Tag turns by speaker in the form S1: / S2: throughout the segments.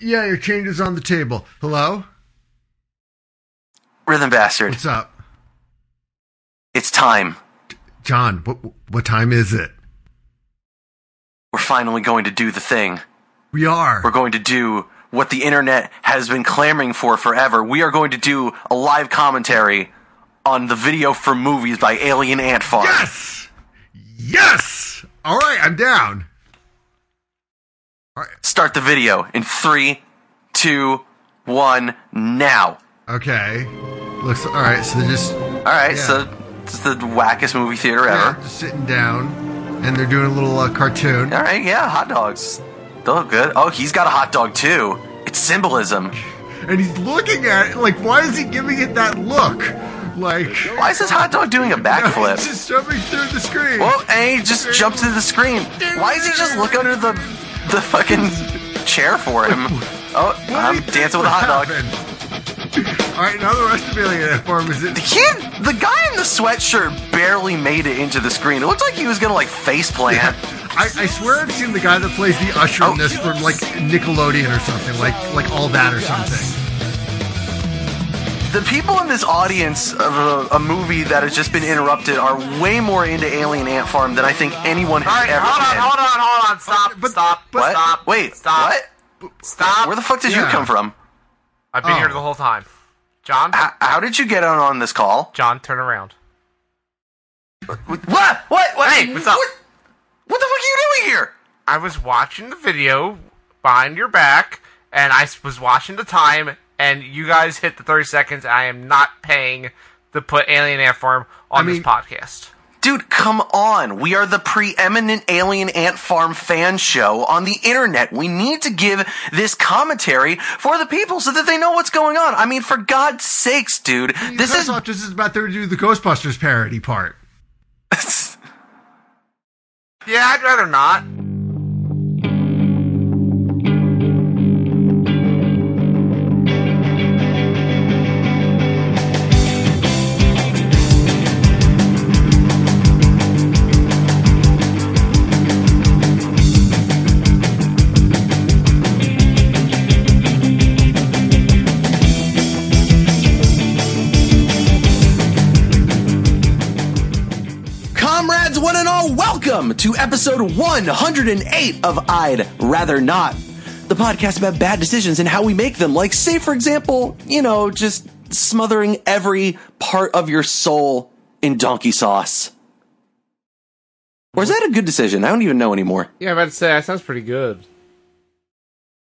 S1: yeah, your change is on the table. Hello?
S2: Rhythm bastard.
S1: What's up?
S2: It's time.
S1: John, what, what time is it?
S2: We're finally going to do the thing.
S1: We are.
S2: We're going to do what the internet has been clamoring for forever. We are going to do a live commentary on the video for movies by Alien Ant Farm.
S1: Yes! Yes! All right, I'm down.
S2: Start the video in three, two, one, now.
S1: Okay. Looks all right. So they're just
S2: All right,
S1: Yeah.
S2: so it's the wackest movie theater
S1: yeah,
S2: ever.
S1: just sitting down, and they're doing a little uh, cartoon.
S2: All right, yeah, hot dogs. They look good. Oh, he's got a hot dog too. It's symbolism.
S1: and he's looking at it like why is he giving it that look like
S2: Why is this hot dog doing a
S1: he's
S2: backflip?
S1: just jumping through the screen
S2: Well, and he just jumped to the screen. Why is he just look under the the fucking chair for him? Oh,
S1: What do
S2: I'm
S1: you think
S2: dancing with a hot
S1: would
S2: dog.
S1: happen? all right now the rest of alien ant farm is in
S2: The kid, the guy in the sweatshirt barely made it into the screen. It looked like he was gonna like face plant.
S1: I, I swear I've seen the guy that plays the usher
S2: Oh.
S1: in this from like Nickelodeon or something, like like all that or something.
S2: The people in this audience of a, a movie that has just been interrupted are way more into Alien Ant Farm than I think anyone has
S3: All right,
S2: ever
S3: hold on,
S2: been.
S3: hold on, hold on. Stop,
S1: But-
S3: stop,
S1: but-
S2: What?
S3: stop.
S2: Wait,
S3: stop.
S2: what?
S3: Stop.
S2: Where the fuck did you
S1: Yeah.
S2: come from?
S3: I've been
S1: Oh.
S3: here the whole time. John,
S2: How, how did you get on on this call?
S3: John, turn around.
S2: What? What? What?
S3: Hey, what's up?
S2: What, what the fuck are you doing here?
S3: I was watching the video behind your back, and I was watching the time, and you guys hit the 30 seconds. I am not paying to put Alien Ant Farm
S1: I
S3: on
S1: mean-
S3: this podcast.
S2: Dude, come on. We are the preeminent Alien Ant Farm fan show on the internet. We need to give this commentary for the people so that they know what's going on. I mean, for God's sakes, dude. This is.
S1: off just as about to do the Ghostbusters parody part.
S3: Yeah, I'd rather not.
S2: Comrades, one and all, welcome to episode 108 of I'd Rather Not, the podcast about bad decisions and how we make them. Like, say, for example, you know, just smothering every part of your soul in donkey sauce. Or is that a good decision? I don't even know anymore.
S4: Yeah, I'm about to say that sounds pretty good.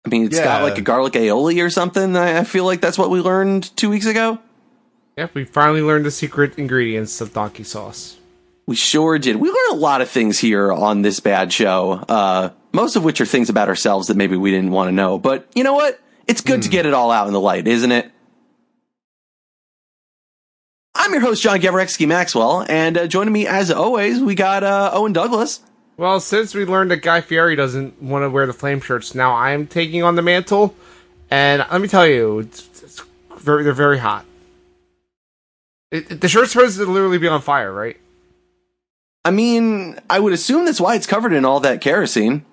S2: I mean, it's got
S4: Yeah.
S2: like a garlic aioli or something. I I feel like that's what we learned two weeks ago.
S4: Yep, we finally learned the secret ingredients of donkey sauce.
S2: We sure did. We learned a lot of things here on this bad show, uh, most of which are things about ourselves that maybe we didn't want to know. But you know what? It's good to get it all out in the light, isn't it? I'm your host, John Gavrexky Maxwell, and uh, joining me as always, we got uh, Owen Douglas.
S4: Well, since we learned that Guy Fieri doesn't want to wear the flame shirts, now I am taking on the mantle. And let me tell you, it's, it's very, they're very hot. It, it- the shirt's supposed to literally be on fire, right?
S2: I mean, I would assume that's why it's covered in all that kerosene.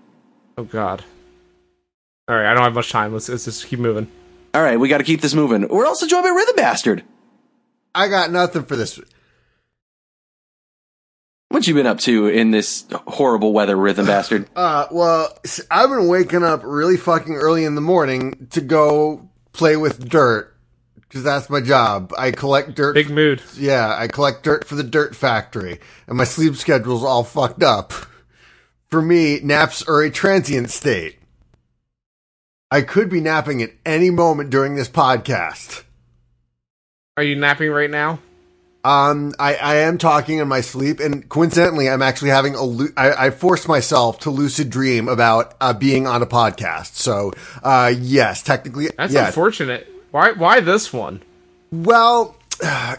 S4: Oh God. All right, I don't have much time. Let's, let's just keep moving.
S2: All right, we got to keep this moving. We're also joined by Rhythm Bastard.
S5: I got nothing for this.
S2: What you been up to in this horrible weather, Rhythm Bastard?
S5: Uh, well, s- I've been waking up really fucking early in the morning to go play with dirt because that's my job. I collect dirt.
S4: Big mood.
S5: yeah, I collect dirt for the dirt factory, and my sleep schedule's all fucked up. For me, naps are a transient state. I could be napping at any moment during this podcast.
S4: Are you napping right now?
S5: Um, I, I am talking in my sleep, and coincidentally, I'm actually having a. Lu- I, I forced myself to lucid dream about uh, being on a podcast. So, uh, yes, technically,
S4: That's
S5: yeah.
S4: unfortunate. Why? Why this one?
S5: well,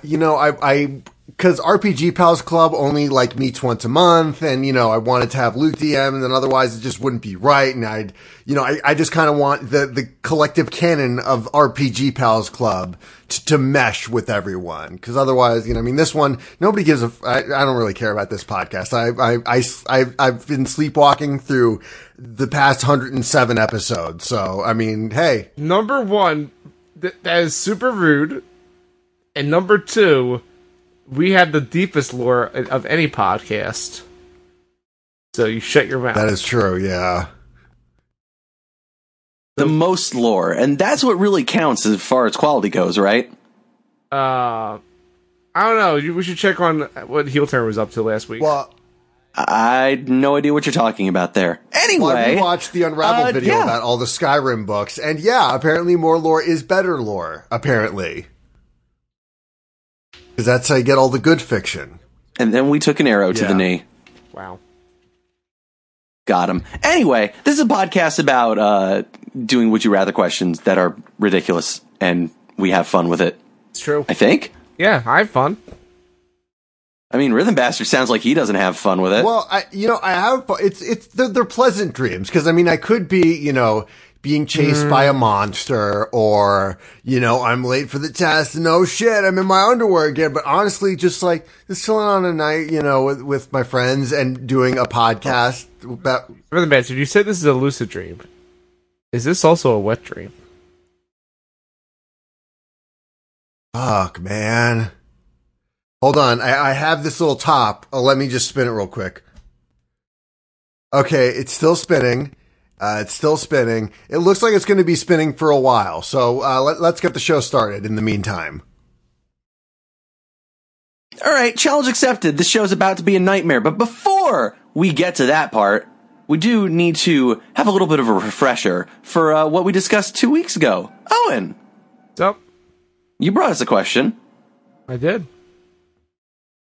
S5: you know, I I because RPG Pals Club only like meets once a month, and you know I wanted to have Luke DM, and then otherwise it just wouldn't be right. And I'd you know I, I just kind of want the the collective canon of RPG Pals Club to, to mesh with everyone, because otherwise you know I mean this one nobody gives a f- I, I don't really care about this podcast. I I I s- I I've been sleepwalking through the past hundred and seven episodes, so I mean hey
S4: Number one, th- that is super rude. And number two, we have the deepest lore of of any podcast. So you shut your mouth.
S5: that is true yeah.
S2: The most lore, and that's what really counts as far as quality goes, right?
S4: uh, I don't know. You- We should check on what Heel Turn was up to last week.
S5: Well,
S2: I had no idea what you're talking about there.
S5: Well, I
S2: Anyway,
S5: rewatched the Unravel
S2: Uh,
S5: video
S2: yeah.
S5: about all the Skyrim books, and yeah, apparently more lore is better lore. Apparently, because that's how you get all the good fiction.
S2: and then we took an arrow to
S5: Yeah.
S2: the knee.
S4: wow.
S2: Got him. Anyway, this is a podcast about uh, doing would you rather questions that are ridiculous, and we have fun with it.
S4: It's true.
S2: I think.
S4: Yeah, I have fun.
S2: I mean, Rhythm Bastard sounds like he doesn't have fun with it.
S5: Well, I you know I have it's it's they're, they're pleasant dreams because I mean I could be you know being chased by a
S2: Mm.
S5: monster or you know I'm late for the test and oh shit I'm in my underwear again. But honestly, just like just chilling on a night you know with, with my friends and doing a podcast about
S4: Brother Bastard, you said this is a lucid dream. Is this also a wet dream?
S5: Fuck, man. Hold on. I, I have this little top. Oh, let me just spin it real quick. Okay, it's still spinning. Uh, it's still spinning. It looks like it's going to be spinning for a while. So uh, let, let's get the show started in the meantime.
S2: All right, challenge accepted. This show's about to be a nightmare. But before we get to that part, we do need to have a little bit of a refresher for uh, what we discussed two weeks ago. Owen,
S4: So,
S2: you brought us a question.
S4: I did.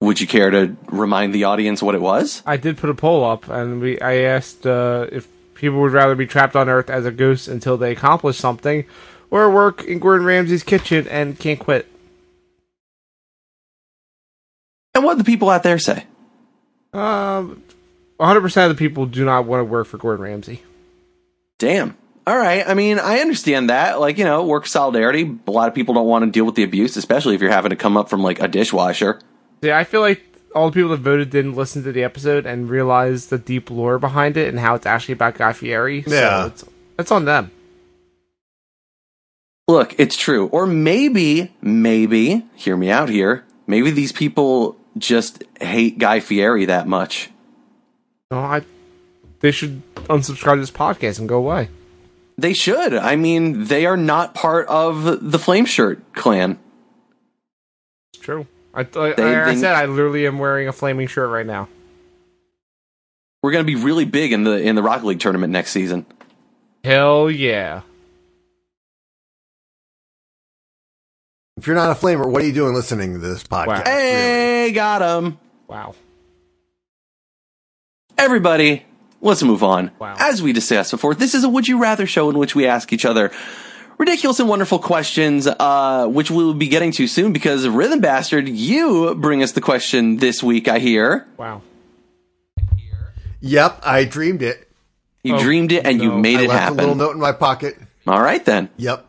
S2: Would you care to remind the audience what it was?
S4: I did put a poll up, and we I asked uh, if people would rather be trapped on Earth as a goose until they accomplish something, or work in Gordon Ramsay's kitchen and can't quit.
S2: And what did the people out there say?
S4: Um, 100% of the people do not want to work for Gordon Ramsay.
S2: Damn. All right. I mean, I understand that. Like, you know, work solidarity. A lot of people don't want to deal with the abuse, especially if you're having to come up from like a dishwasher.
S4: See, I feel like all the people that voted didn't listen to the episode and realize the deep lore behind it and how it's actually about Guy Fieri. So
S5: Yeah.
S4: it's, that's on them.
S2: Look, it's true. Or maybe, maybe, hear me out here. Maybe these people just hate Guy Fieri that much.
S4: No, I, they should unsubscribe to this podcast and go away.
S2: They should. I mean, they are not part of the Flame Shirt clan.
S4: It's true. I, I,
S2: They-
S4: I, I
S2: they-
S4: said I literally am wearing a flaming shirt right now.
S2: We're going to be really big in the in the Rocket League tournament next season.
S4: Hell yeah.
S5: If you're not a flamer, what are you doing listening to this podcast?
S4: Wow.
S2: Hey, got him.
S4: Wow.
S2: Everybody, let's move on.
S4: Wow.
S2: As we discussed before, this is a Would You Rather show in which we ask each other ridiculous and wonderful questions, uh, which we will be getting to soon because Rhythm Bastard, you bring us the question this week, I hear.
S4: Wow.
S5: Yep, I dreamed it.
S2: You
S4: Oh,
S2: dreamed it and you
S4: no.
S2: made
S5: I
S2: it
S5: left a little
S2: happen.
S5: note in my pocket.
S2: All right then.
S5: Yep.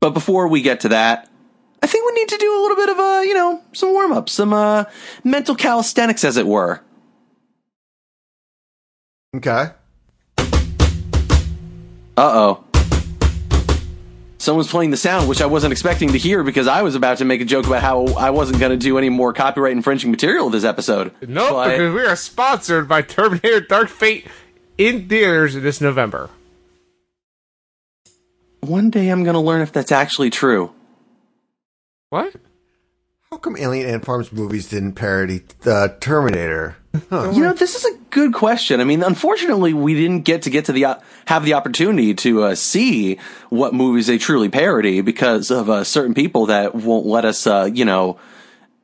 S2: But before we get to that, I think we need to do a little bit of uh, you know, some warm up, some uh mental calisthenics as it were.
S5: Okay.
S2: Uh oh. Someone's playing the sound, which I wasn't expecting to hear because I was about to make a joke about how I wasn't going to do any more copyright infringing material this episode.
S4: Nope,
S2: But-
S4: because we are sponsored by Terminator Dark Fate in theaters this November.
S2: one day I'm going to learn if that's actually true.
S4: What?
S5: How come Alien Ant Farms movies didn't parody uh, Terminator?
S2: You know, this is a good question. I mean, unfortunately, we didn't get to get to the op- have the opportunity to uh, see what movies they truly parody because of uh, certain people that won't let us, uh, you know,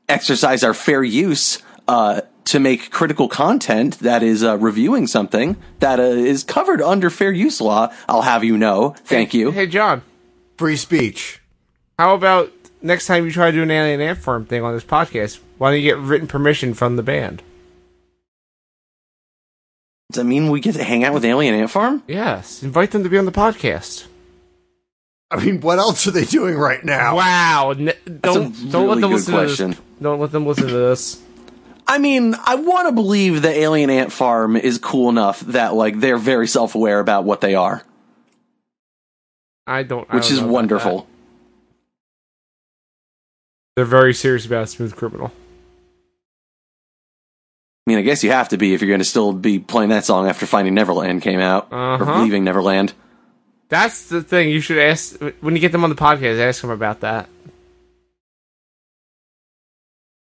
S2: exercise our fair use uh, to make critical content that is uh, reviewing something that uh, is covered under fair use law. I'll have you know. Thank you.
S4: Hey, John,
S5: Free speech.
S4: how about next time you try to do an alien ant farm thing on this podcast, why don't you get written permission from the band?
S2: Does that mean we get to hang out with Alien Ant Farm?
S4: Yes, invite them to be on the podcast.
S5: I mean, what else are they doing right now?
S4: Wow! N- don't
S2: a
S4: don't let
S2: really good
S4: them listen
S2: question.
S4: to this. Don't let them listen to this.
S2: I mean, I want to believe that Alien Ant Farm is cool enough that like they're very self-aware about what they are,
S4: I don't. I
S2: which
S4: don't
S2: is
S4: know about
S2: wonderful.
S4: that. They're very serious about Smooth Criminal.
S2: I mean, I guess you have to be if you're going to still be playing that song after Finding Neverland came out
S4: Uh-huh.
S2: or Leaving Neverland.
S4: That's the thing. You should ask when you get them on the podcast. Ask them about that.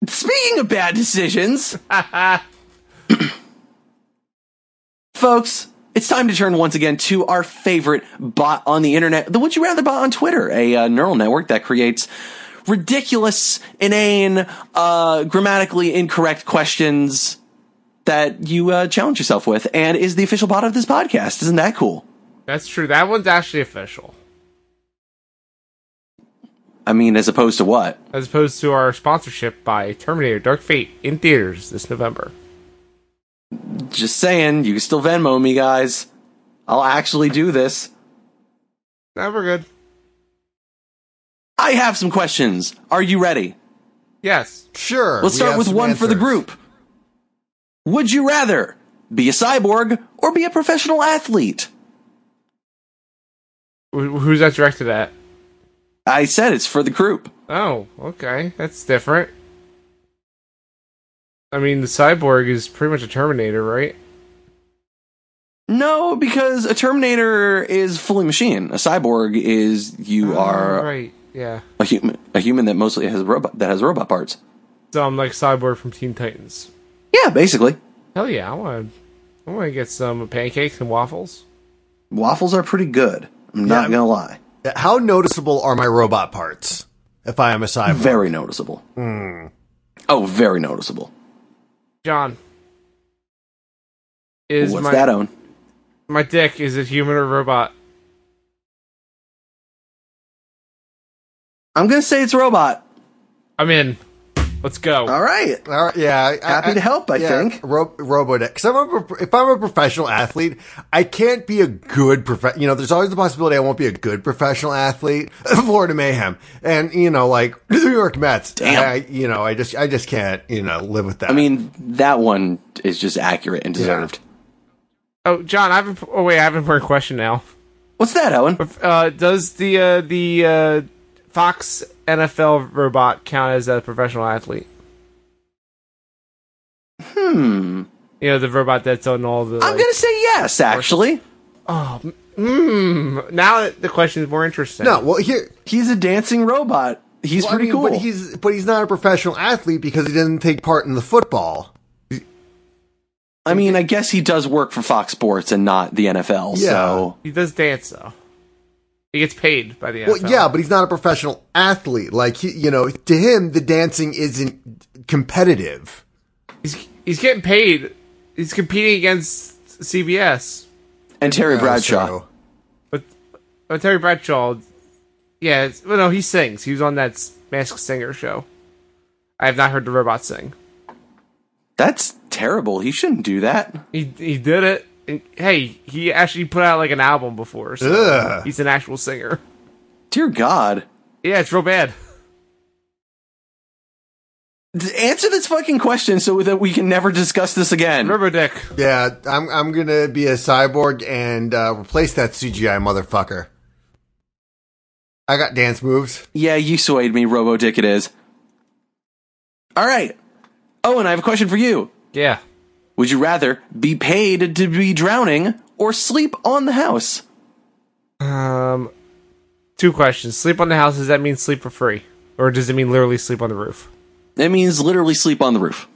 S2: Speaking of bad decisions, folks, it's time to turn once again to our favorite bot on the internet, the Would You Rather bot on Twitter, a uh, neural network that creates ridiculous, inane, uh, grammatically incorrect questions that you uh, challenge yourself with, and is the official bot of this podcast. Isn't that cool?
S4: That's true. That one's actually official,
S2: I mean, as opposed to what?
S4: as opposed to our sponsorship by Terminator: Dark Fate in theaters this November.
S2: Just saying, you can still Venmo me, guys. I'll actually do this.
S4: Now we're good.
S2: I have some questions. Are you ready?
S4: Yes.
S5: Sure.
S2: Let's
S5: we
S2: start
S5: have
S2: with
S5: some
S2: one for the
S5: answers.
S2: group. Would you rather be a cyborg or be a professional athlete?
S4: Wh- Who's that directed at?
S2: I said it's for the group.
S4: Oh, okay. That's different. I mean, the cyborg is pretty much a Terminator, right?
S2: No, because a Terminator is fully machine. A cyborg is you
S5: Ah,
S4: Oh,
S2: are
S4: right. Yeah.
S2: a human, a human that mostly has robot that has robot parts.
S4: So I'm like cyborg from Teen Titans.
S2: Yeah, basically.
S4: Hell yeah! I want. I want to get some pancakes and waffles.
S2: Waffles are pretty good. I'm
S5: Yeah,
S2: not
S5: I'm-
S2: gonna lie.
S5: How noticeable are my robot parts if I am a cyborg?
S2: Very noticeable.
S5: Hmm.
S2: Oh, very noticeable.
S4: John, is
S2: What's
S4: my
S2: that own?
S4: my dick is it human or robot?
S2: I'm gonna say it's robot.
S4: I'm in. Let's go.
S5: Uh,
S2: All right.
S5: All right, yeah, I-
S2: Happy to help, I think.
S5: Ro- Robodeck. Because I'm a, pro- if I'm a professional athlete, I can't be a good prof. You know, there's always the possibility I won't be a good professional athlete. Florida Mayhem, and you know, like the New York Mets.
S2: Damn.
S5: I, you know, I just, I just can't, you know, live with that.
S2: I mean, that one is just accurate and deserved.
S4: Oh, John, I have. A, oh wait, I have an important question now.
S2: What's that, Owen?
S4: Uh, does the uh, the uh, Fox NFL robot count as a professional athlete?
S2: Hmm.
S4: You know, the robot that's on all the.
S2: I'm
S4: like-
S2: gonna say yes, actually.
S4: Oh, mm, now that the question is more interesting.
S5: no, well, here,
S2: He's a dancing robot. He's
S5: well, I
S2: pretty
S5: mean,
S2: cool.
S5: But he's, but he's not a professional athlete because he didn't take part in the football.
S2: I mean, I guess he does work for Fox Sports and not the NFL.
S5: Yeah.
S2: So
S4: he does dance though. He gets paid by the
S5: Well,
S4: NFL.
S5: yeah, but he's not a professional athlete. Like, he, you know, to him, the dancing isn't competitive.
S4: he's he's getting paid. He's competing against CBS,
S2: and Terry Bradshaw.
S5: So-
S4: but but Oh, Terry Bradshaw. Yeah, it's, well, no, he sings. He was on that s- Masked Singer show. I have not heard the robot sing.
S2: That's terrible. He shouldn't do that.
S4: He he did it. And, hey, he actually put out like an album before. So
S5: Ugh.
S4: He's an actual singer.
S2: Dear God.
S4: Yeah, it's real bad.
S2: D- Answer this fucking question so that we can never discuss this again.
S4: Robo Dick.
S5: Yeah, I'm I'm gonna be a cyborg and uh, replace that CGI motherfucker. I got dance moves.
S2: Yeah, you swayed me, Robo Dick it is. All right. Owen, I have a question for you.
S4: Yeah.
S2: Would you rather be paid to be drowning or sleep on the house?
S4: Um, two questions. Sleep on the house. Does that mean sleep for free, or does it mean literally sleep on the roof?
S2: That means literally sleep on the roof.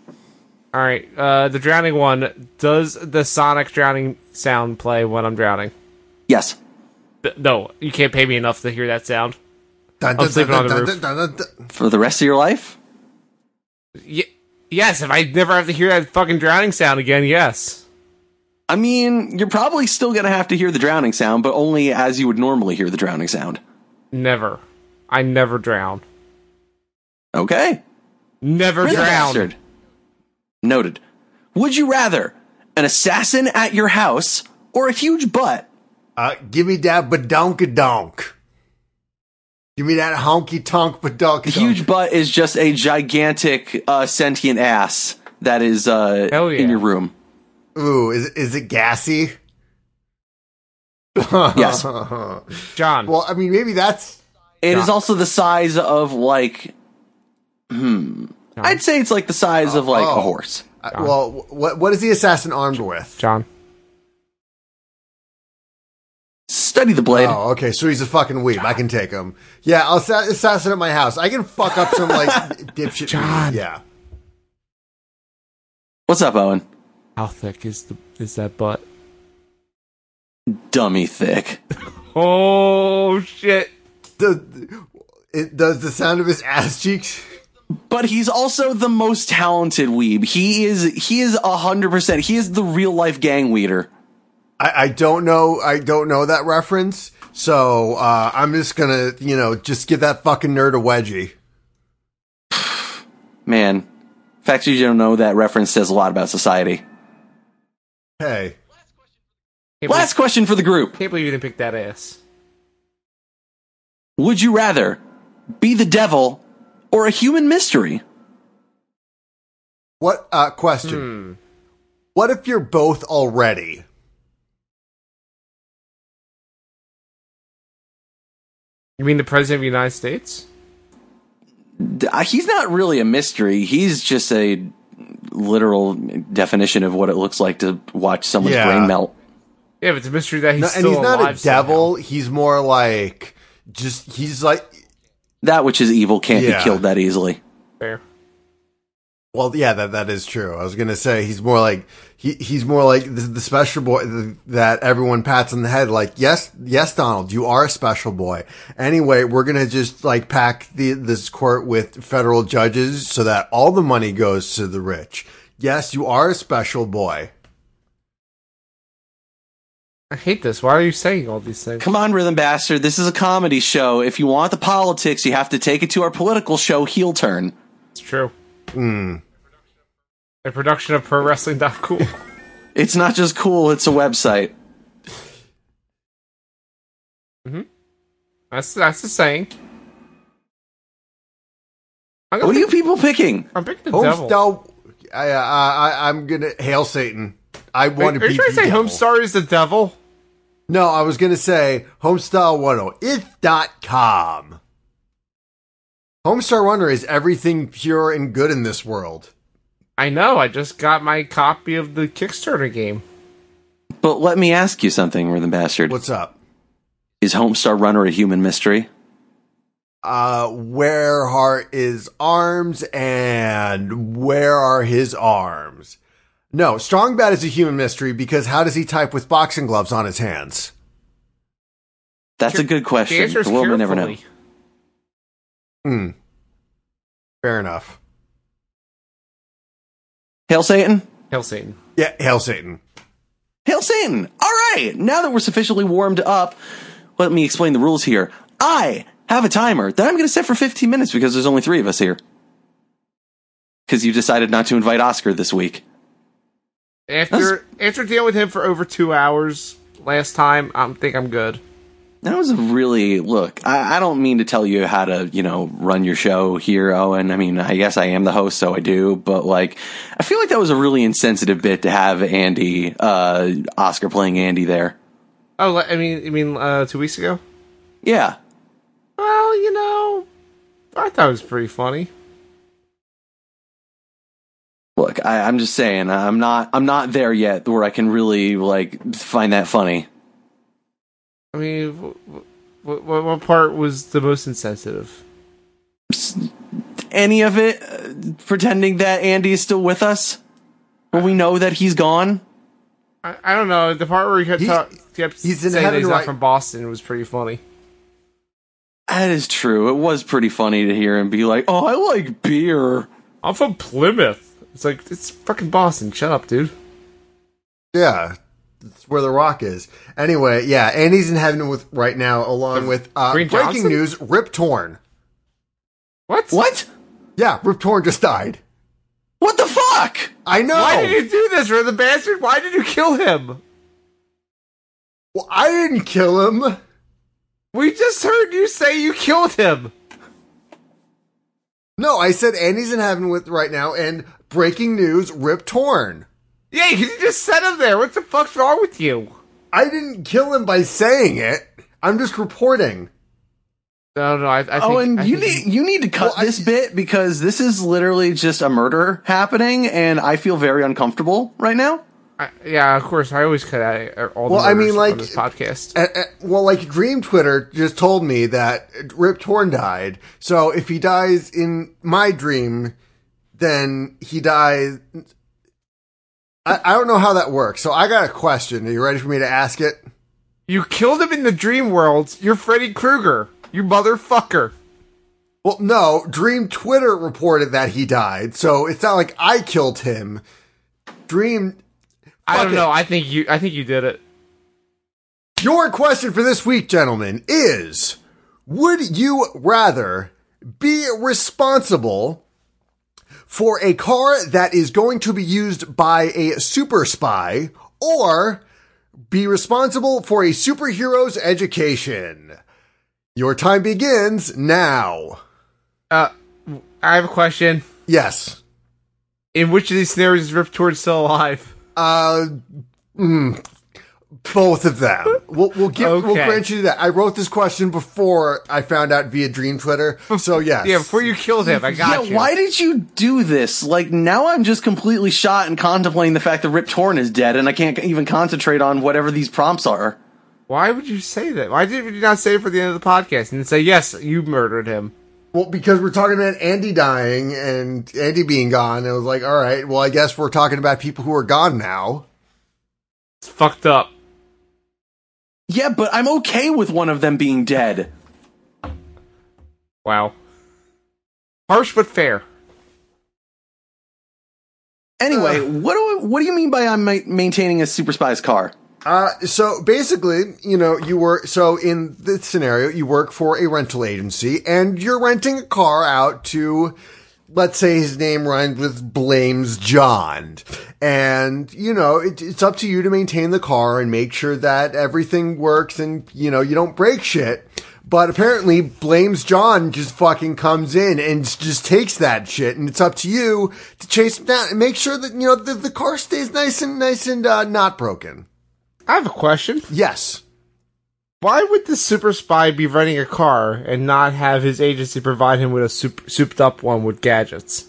S4: All right. Uh, the drowning one. Does the sonic drowning sound play when I'm drowning?
S2: Yes.
S4: Th- no, you can't pay me enough to hear that sound.
S5: Dun,
S4: I'm sleeping on the roof.
S5: dun, dun, dun.
S2: For the rest of your life?
S4: Y- yes, if I never have to hear that fucking drowning sound again, yes.
S2: I mean, you're probably still going to have to hear the drowning sound, but only as you would normally hear the drowning sound.
S4: Never. I never drown.
S2: Okay.
S4: Never
S2: You're the
S4: drown.
S2: bastard. Noted. Would you rather an assassin at your house or a huge butt?
S5: Uh, give me that badonkadonk. Give me that honky tonk badonkadonk.
S2: The huge butt is just a gigantic uh, sentient ass that is uh,
S4: Hell yeah.
S2: in your room.
S5: Ooh, is is it gassy?
S2: Yes.
S5: well,
S4: John.
S5: I mean, maybe that's
S2: It is also the size of like, hmm, I'd say it's like the size of like
S5: Oh.
S2: a horse.
S5: uh, well. wh- What what is the assassin armed with?
S4: John.
S2: Study the blade.
S5: Oh, okay. So he's a fucking weeb. I can take him. Yeah, I'll assa- assassin at my house. I can fuck up some like dipshit.
S4: John.
S5: Yeah.
S2: What's up, Owen?
S4: How thick is the is that butt?
S2: Dummy thick.
S4: Oh shit.
S5: The, it does the sound of his ass cheeks.
S2: But he's also the most talented weeb. He is he is hundred percent. He is the real life gang leader.
S5: I, I don't know. I don't know that reference. So uh, I'm just gonna, you know, just give that fucking nerd a wedgie.
S2: Man, the fact that you don't know that reference says a lot about society.
S5: Hey,
S4: Can't believe,
S2: Last question for the group:
S4: can't believe you didn't pick that ass.
S2: Would you rather be the devil or a human mystery?
S5: what uh,
S4: Hmm.
S5: question? What if you're both already?
S4: You mean the president of the United States?
S2: D- uh, He's not really a mystery. He's just a literal definition of what it looks like to watch someone's
S5: Yeah.
S2: brain melt.
S4: Yeah, but it's a mystery that he's
S5: No, and
S4: still
S5: he's not a
S4: alive
S5: devil. He's more like just. He's like.
S2: That which is evil can't
S5: Yeah.
S2: be killed that easily.
S4: somehow. Fair.
S5: Well, yeah, that that is true. I was gonna say he's more like he he's more like the, the special boy th that everyone pats on the head. Like, yes, yes, Donald, you are a special boy. Anyway, we're gonna just like pack the this court with federal judges so that all the money goes to the rich. Yes, you are a special boy.
S4: I hate this. Why are you saying all these things?
S2: Come on, Rhythm Bastard. This is a comedy show. If you want the politics, you have to take it to our political show, Heel Turn.
S4: It's true.
S5: Hmm.
S4: A production of Pro Wrestling Dot Cool.
S2: It's not just cool, it's a website.
S4: that's that's the saying. I'm gonna
S2: What are
S4: pick,
S2: you people picking?
S4: I'm picking the devil.
S5: Homestar. I, I I I'm gonna hail Satan. I
S4: Wait,
S5: want
S4: are
S5: to be.
S4: you trying to
S5: the
S4: say
S5: devil.
S4: Homestar is the devil?
S5: No, I was gonna say Homestar Wonder. It's dot com. Homestar Wonder is everything pure and good in this world.
S4: I know. I just got my copy of the Kickstarter game.
S2: But let me ask you something, Rhythm Bastard.
S5: What's up?
S2: Is Homestar Runner a human mystery?
S5: Uh, where are his arms and where are his arms? No, Strong Bad is a human mystery because how does he type with boxing gloves on his hands?
S2: That's a good
S4: The
S2: question.
S4: answer is
S2: The world may never know.
S4: carefully.
S5: Hmm. Fair enough.
S2: Hail Satan?
S4: Hail Satan.
S5: Yeah, hail Satan.
S2: Hail Satan! All right, now that we're sufficiently warmed up, let me explain the rules here. I have a timer that I'm going to set for 15 minutes because there's only three of us here. Because you decided not to invite Oscar this week.
S4: After after dealing with him for over two hours last time, I think I'm good.
S2: That was a really look. I, I don't mean to tell you how to, you know, run your show here, Owen. I mean, I guess I am the host, so I do. But like, I feel like that was a really insensitive bit to have Andy, uh, Oscar playing Andy there.
S4: Oh, like- I mean, I mean, uh, two weeks ago.
S2: Yeah,
S4: Well, you know, I thought it was pretty funny.
S2: look, I, I'm just saying, I'm not, I'm not there yet where I can really like find that funny.
S4: I mean, what, what, what part was the most insensitive?
S2: Any of it, uh, pretending that Andy is still with us when we know that he's gone.
S4: I, I don't know. The part where he kept,
S5: He-
S4: talk, kept
S5: he's in
S4: saying that
S5: heaven
S4: he's
S5: right-
S4: not from Boston was pretty funny.
S2: That is true. It was pretty funny to hear him be like, "Oh, I like beer."
S4: I'm from Plymouth. It's like it's fucking Boston. Shut up, dude.
S5: Yeah, that's where the Rock is. Anyway, yeah, Andy's in heaven with right now, along with uh, breaking
S4: Dwayne Johnson?
S5: news: Rip Torn.
S4: What?
S2: What?
S5: Yeah, Rip Torn just died.
S2: What the fuck?
S5: I know.
S4: Why did you do this, You're the bastard? Why did you kill him?
S5: Well, I didn't kill him.
S4: We just heard you say you killed him.
S5: No, I said Andy's in heaven with right now, and breaking news, Rip Torn.
S4: Yeah, you just set him there. What the fuck's wrong with you?
S5: I didn't kill him by saying it. I'm just reporting.
S4: No, no, I, I think.
S2: Oh, and
S4: I
S2: you
S4: think-
S2: need you need to cut
S5: Well, I-
S2: this bit because this is literally just a murder happening, and I feel very uncomfortable right now.
S4: I- yeah, of course. I always cut out uh, all the
S5: Well, I mean,
S4: murders
S5: like-
S4: on this podcast.
S5: Uh, uh, well, like Dream Twitter just told me that Rip Torn died. So if he dies in my dream, then he dies. I, I don't know how that works. So I got a question. Are you ready for me to ask it?
S4: You killed him in the dream world. You're Freddy Krueger. You motherfucker.
S5: Well, no. Dream Twitter reported that he died. So it's not like I killed him. Dream.
S4: I
S5: Fuck
S4: don't
S5: it.
S4: know. I think you. I think you did it.
S5: Your question for this week, gentlemen, is Would you rather be responsible for a car that is going to be used by a super spy or be responsible for a superhero's education? Your time begins now.
S4: Uh, w- I have a question.
S5: Yes.
S4: In which of these scenarios is Rip Torn still alive?
S5: Uh, mm, both of them. We'll, we'll give, we'll
S4: Okay.
S5: grant you that. I wrote this question before I found out via Dream Twitter. So yes.
S4: Yeah, before you killed him, I got
S2: yeah,
S4: you.
S2: why did you do this? Like now, I'm just completely shot and contemplating the fact that Rip Torn is dead, and I can't even concentrate on whatever these prompts are.
S4: Why would you say that? Why did you not say it for the end of the podcast and say yes, you murdered him?
S5: Well, because we're talking about Andy dying and Andy being gone, it was like, all right, well, I guess we're talking about people who are gone now.
S4: It's fucked up.
S2: Yeah, but I'm okay with one of them being dead.
S4: Wow. Harsh but fair.
S2: Anyway, what do I, what do you mean by I'm ma- maintaining a super spy's car?
S5: Uh, so basically, you know, you were so in this scenario, you work for a rental agency and you're renting a car out to, let's say his name rhymes with Blames John. And, you know, it, it's up to you to maintain the car and make sure that everything works and, you know, you don't break shit. But apparently, Blames John just fucking comes in and s- just takes that shit, and it's up to you to chase him down and make sure that you know the, the car stays nice and nice and uh, not broken.
S4: I have a question.
S5: Yes.
S4: Why would the super spy be renting a car and not have his agency provide him with a soup, souped up one with gadgets?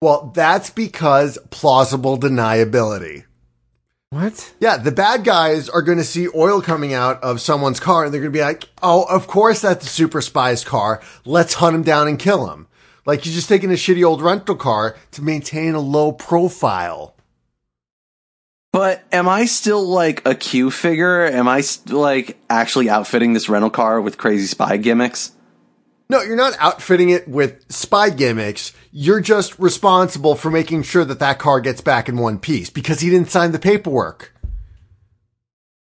S5: Well, that's because plausible deniability.
S4: What?
S5: Yeah, the bad guys are going to see oil coming out of someone's car and they're going to be like, oh, of course that's the super spy's car. Let's hunt him down and kill him. Like, you're just taking a shitty old rental car to maintain a low profile.
S2: But am I still like a Q figure? Am I st- like actually outfitting this rental car with crazy spy gimmicks?
S5: No, you're not outfitting it with spy gimmicks. You're just responsible for making sure that that car gets back in one piece because he didn't sign the paperwork.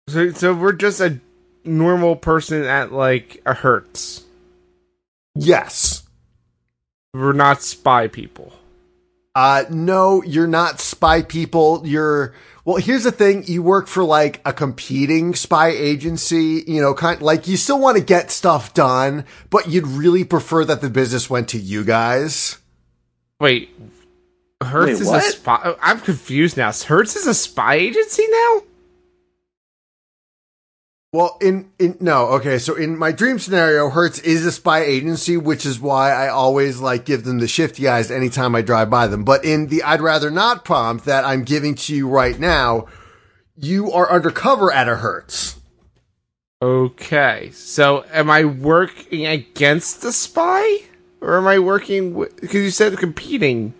S4: So, so we're just a normal person at like a Hertz.
S5: Yes.
S4: We're not spy people.
S5: Uh, no, you're not spy people. You're, well, here's the thing. You work for like a competing spy agency, you know, kind like you still want to get stuff done, but you'd really prefer that the business went to you guys.
S4: Wait, Hertz
S2: Wait,
S4: is
S2: what?
S4: a spy. I'm confused now. Hertz is a spy agency now.
S5: Well, in, in, no, okay. So in my dream scenario, Hertz is a spy agency, which is why I always like give them the shifty eyes anytime I drive by them. But in the I'd rather not prompt that I'm giving to you right now, you are undercover at a Hertz.
S4: Okay, so am I working against the spy, or am I working? Because you said competing.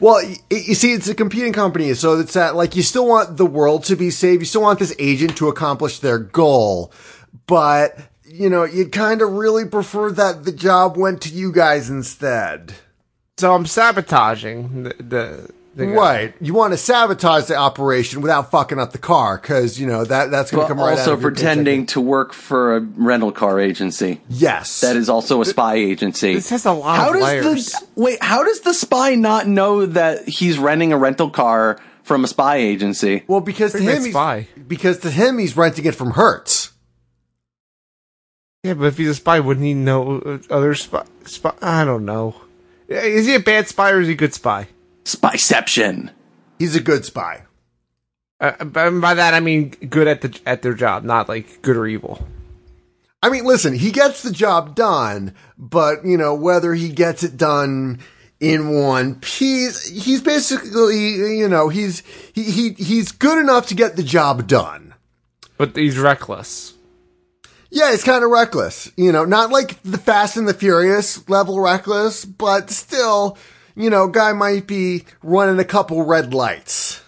S5: Well, y- you see, it's a competing company, so it's that like you still want the world to be saved, you still want this agent to accomplish their goal, but you know you'd kind of really prefer that the job went to you guys instead.
S4: So I'm sabotaging the, the They got-
S5: Right. You want to sabotage the operation without fucking up the car because, you know, that, that's going
S2: But
S5: to come right out
S2: also
S5: of your
S2: pretending to work for a rental car agency
S5: paycheck. Yes.
S2: that is also a spy agency.
S4: This has a lot
S2: How
S4: of
S2: does
S4: layers.
S2: the wait? How does the spy not know that he's renting a rental car from a spy agency?
S5: Well, because to
S4: Pretty
S5: him,
S4: much
S5: he's,
S4: spy.
S5: because to him, he's renting it from Hertz.
S4: yeah, but if he's a spy, wouldn't he know uh, other spy? spy? I don't know. Uh, Is he a bad spy or is he a good spy?
S2: Spyception.
S5: He's a good spy.
S4: Uh, by by that I mean good at the at their job, not like good or evil.
S5: I mean, listen, he gets the job done, but you know whether he gets it done in one piece, he's basically, you know, he's he, he he's good enough to get the job done.
S4: But he's reckless.
S5: Yeah, he's kind of reckless, you know, not like the Fast and the Furious level reckless, but still, you know, guy might be running a couple red lights.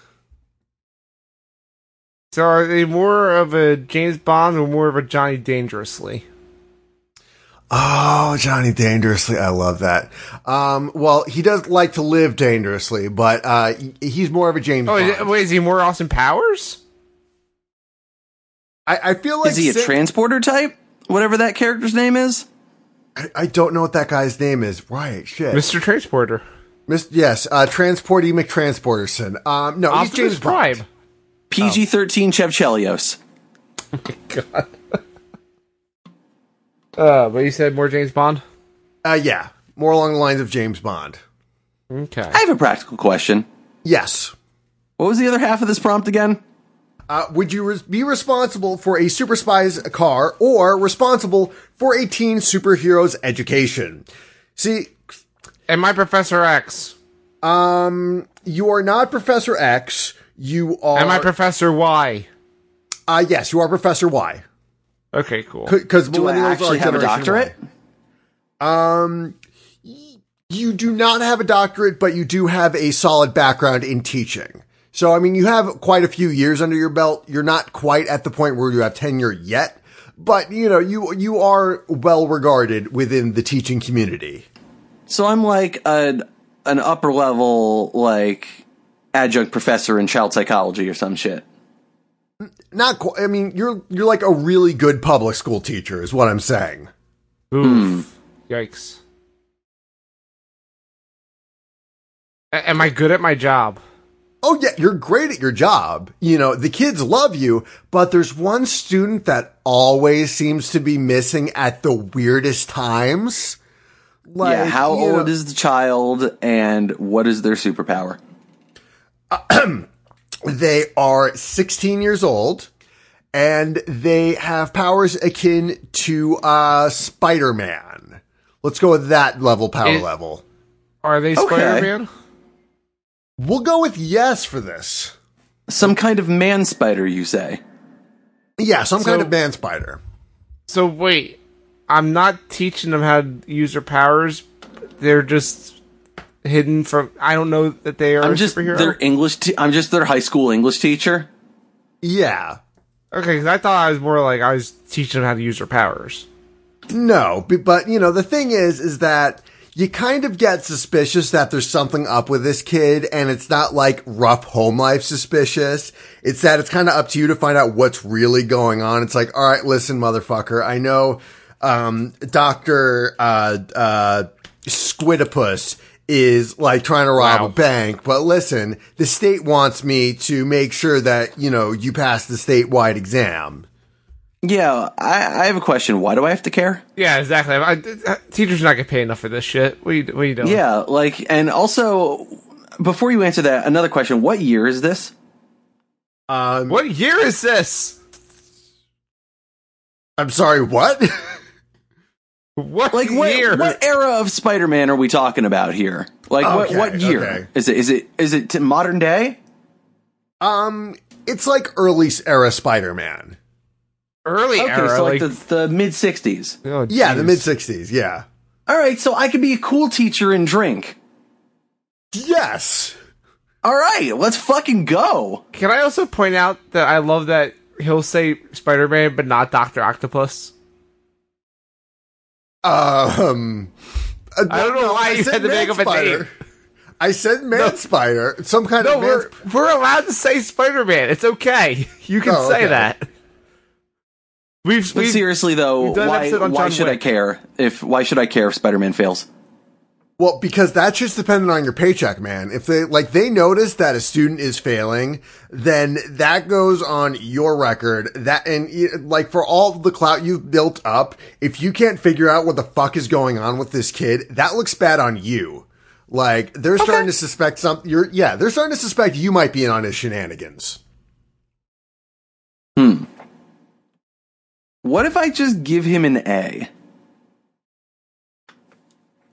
S4: So are they more of a James Bond or more of a Johnny Dangerously?
S5: Oh, Johnny Dangerously. I love that. Um, well, he does like to live dangerously, but uh, he- he's more of a James
S4: Oh,
S5: Bond.
S4: is, wait, is he more Austin Powers?
S5: I, I feel like
S2: Is he a
S5: Sin-
S2: transporter type? Whatever that character's name is.
S5: I- I don't know what that guy's name is. Right, shit.
S4: Mr. Transporter.
S5: Mis- yes, uh, Transporty McTransporterson. Um, no, he's
S4: Optimus
S5: James Bond.
S4: Prime.
S2: PG thirteen Chevchelios.
S4: God. Uh, but you said more James Bond?
S5: Uh, yeah, more along the lines of James Bond.
S4: Okay.
S2: I have a practical question.
S5: Yes.
S2: What was the other half of this prompt again?
S5: Uh, would you res- be responsible for a super spy's car or responsible for a teen superhero's education? See,
S4: Am I Professor X?
S5: um, you are not Professor X. You are.
S4: Am I Professor Y?
S5: uh, yes, you are Professor Y.
S4: Okay, cool.
S5: Because
S2: Do I actually have a doctorate?
S5: Um, you do not have a doctorate, but you do have a solid background in teaching. So, I mean, you have quite a few years under your belt. You're not quite at the point where you have tenure yet, but you know, you, you are well regarded within the teaching community.
S2: So I'm like an an upper level like adjunct professor in child psychology or some shit.
S5: Not quite, I mean, you're, you're like a really good public school teacher is what I'm saying.
S4: Oof. Yikes. A- am I good at my job?
S5: Oh yeah, you're great at your job. You know, the kids love you, but there's one student that always seems to be missing at the weirdest times. Like,
S2: yeah, how
S5: you know-
S2: old is the child and what is their superpower?
S5: They are 16 years old and they have powers akin to uh, Spider Man. Let's go with that level, power
S4: It-
S5: level.
S4: Are they
S2: Okay.
S4: Spider Man?
S5: We'll go with yes for this.
S2: Some kind of man spider, you say?
S5: Yeah, some kind
S4: So-
S5: of man spider.
S4: So wait, I'm not teaching them how to use their powers. They're just hidden from. I don't know that they are
S2: I'm
S4: a
S2: just
S4: superhero.
S2: their English. Te- I'm just their high school English teacher.
S5: Yeah.
S4: Okay, because I thought I was more like I was teaching them how to use their powers.
S5: No, b- but you know, the thing is, is that you kind of get suspicious that there's something up with this kid and it's not like rough home life suspicious. It's that it's kind of up to you to find out what's really going on. It's like, all right, listen, motherfucker, I know, um, Dr. Uh, uh, Squidipus is like trying to rob
S4: Wow.
S5: a bank, but listen, the state wants me to make sure that, you know, you pass the statewide exam.
S2: Yeah, I, I have a question. Why do I have to care?
S4: Yeah, exactly. I, I- teachers not get paid enough for this shit. What are you, what are you
S5: Oh.
S4: doing?
S2: Yeah, like, and also, before you answer that, another question. What year is this?
S5: Um,
S4: What year is this?
S5: I'm sorry, what?
S4: What
S2: Like, what
S4: year?
S2: what era of Spider-Man are we talking about here? Like,
S5: Okay,
S2: what what year
S5: okay.
S2: is it? Is it is it to modern day?
S5: Um, it's like early era Spider-Man.
S4: Early
S2: Okay,
S4: era.
S2: so
S4: like
S2: like, the, the mid '60s.
S4: oh,
S5: Yeah, the
S4: jeez.
S5: mid '60s. Yeah.
S2: All right, so I could be a cool teacher and drink.
S5: Yes.
S2: All right, let's fucking go.
S4: Can I also point out that I love that he'll say Spider Man, but not Doctor Octopus.
S5: Um. uh,
S4: I don't know why you had to make up a name.
S5: I said man spider. Some kind
S4: No,
S5: of man.
S4: we're, we're allowed to say Spider Man. It's okay. You can
S5: Oh,
S4: say
S5: okay.
S4: that. We've,
S2: But
S4: we've-
S2: seriously though,
S4: we've done an
S2: why,
S4: episode on
S2: why
S4: John
S2: should I
S4: Wick.
S2: care if why should I care if Spider-Man fails?
S5: Well, because that's just dependent on your paycheck, man. If they like they notice that a student is failing, then that goes on your record. That and you- like for all the clout you've built up, if you can't figure out what the fuck is going on with this kid, that looks bad on you. Like they're starting to suspect something. You're yeah, they're starting to suspect you might be in on his shenanigans.
S2: What if I just give him an A?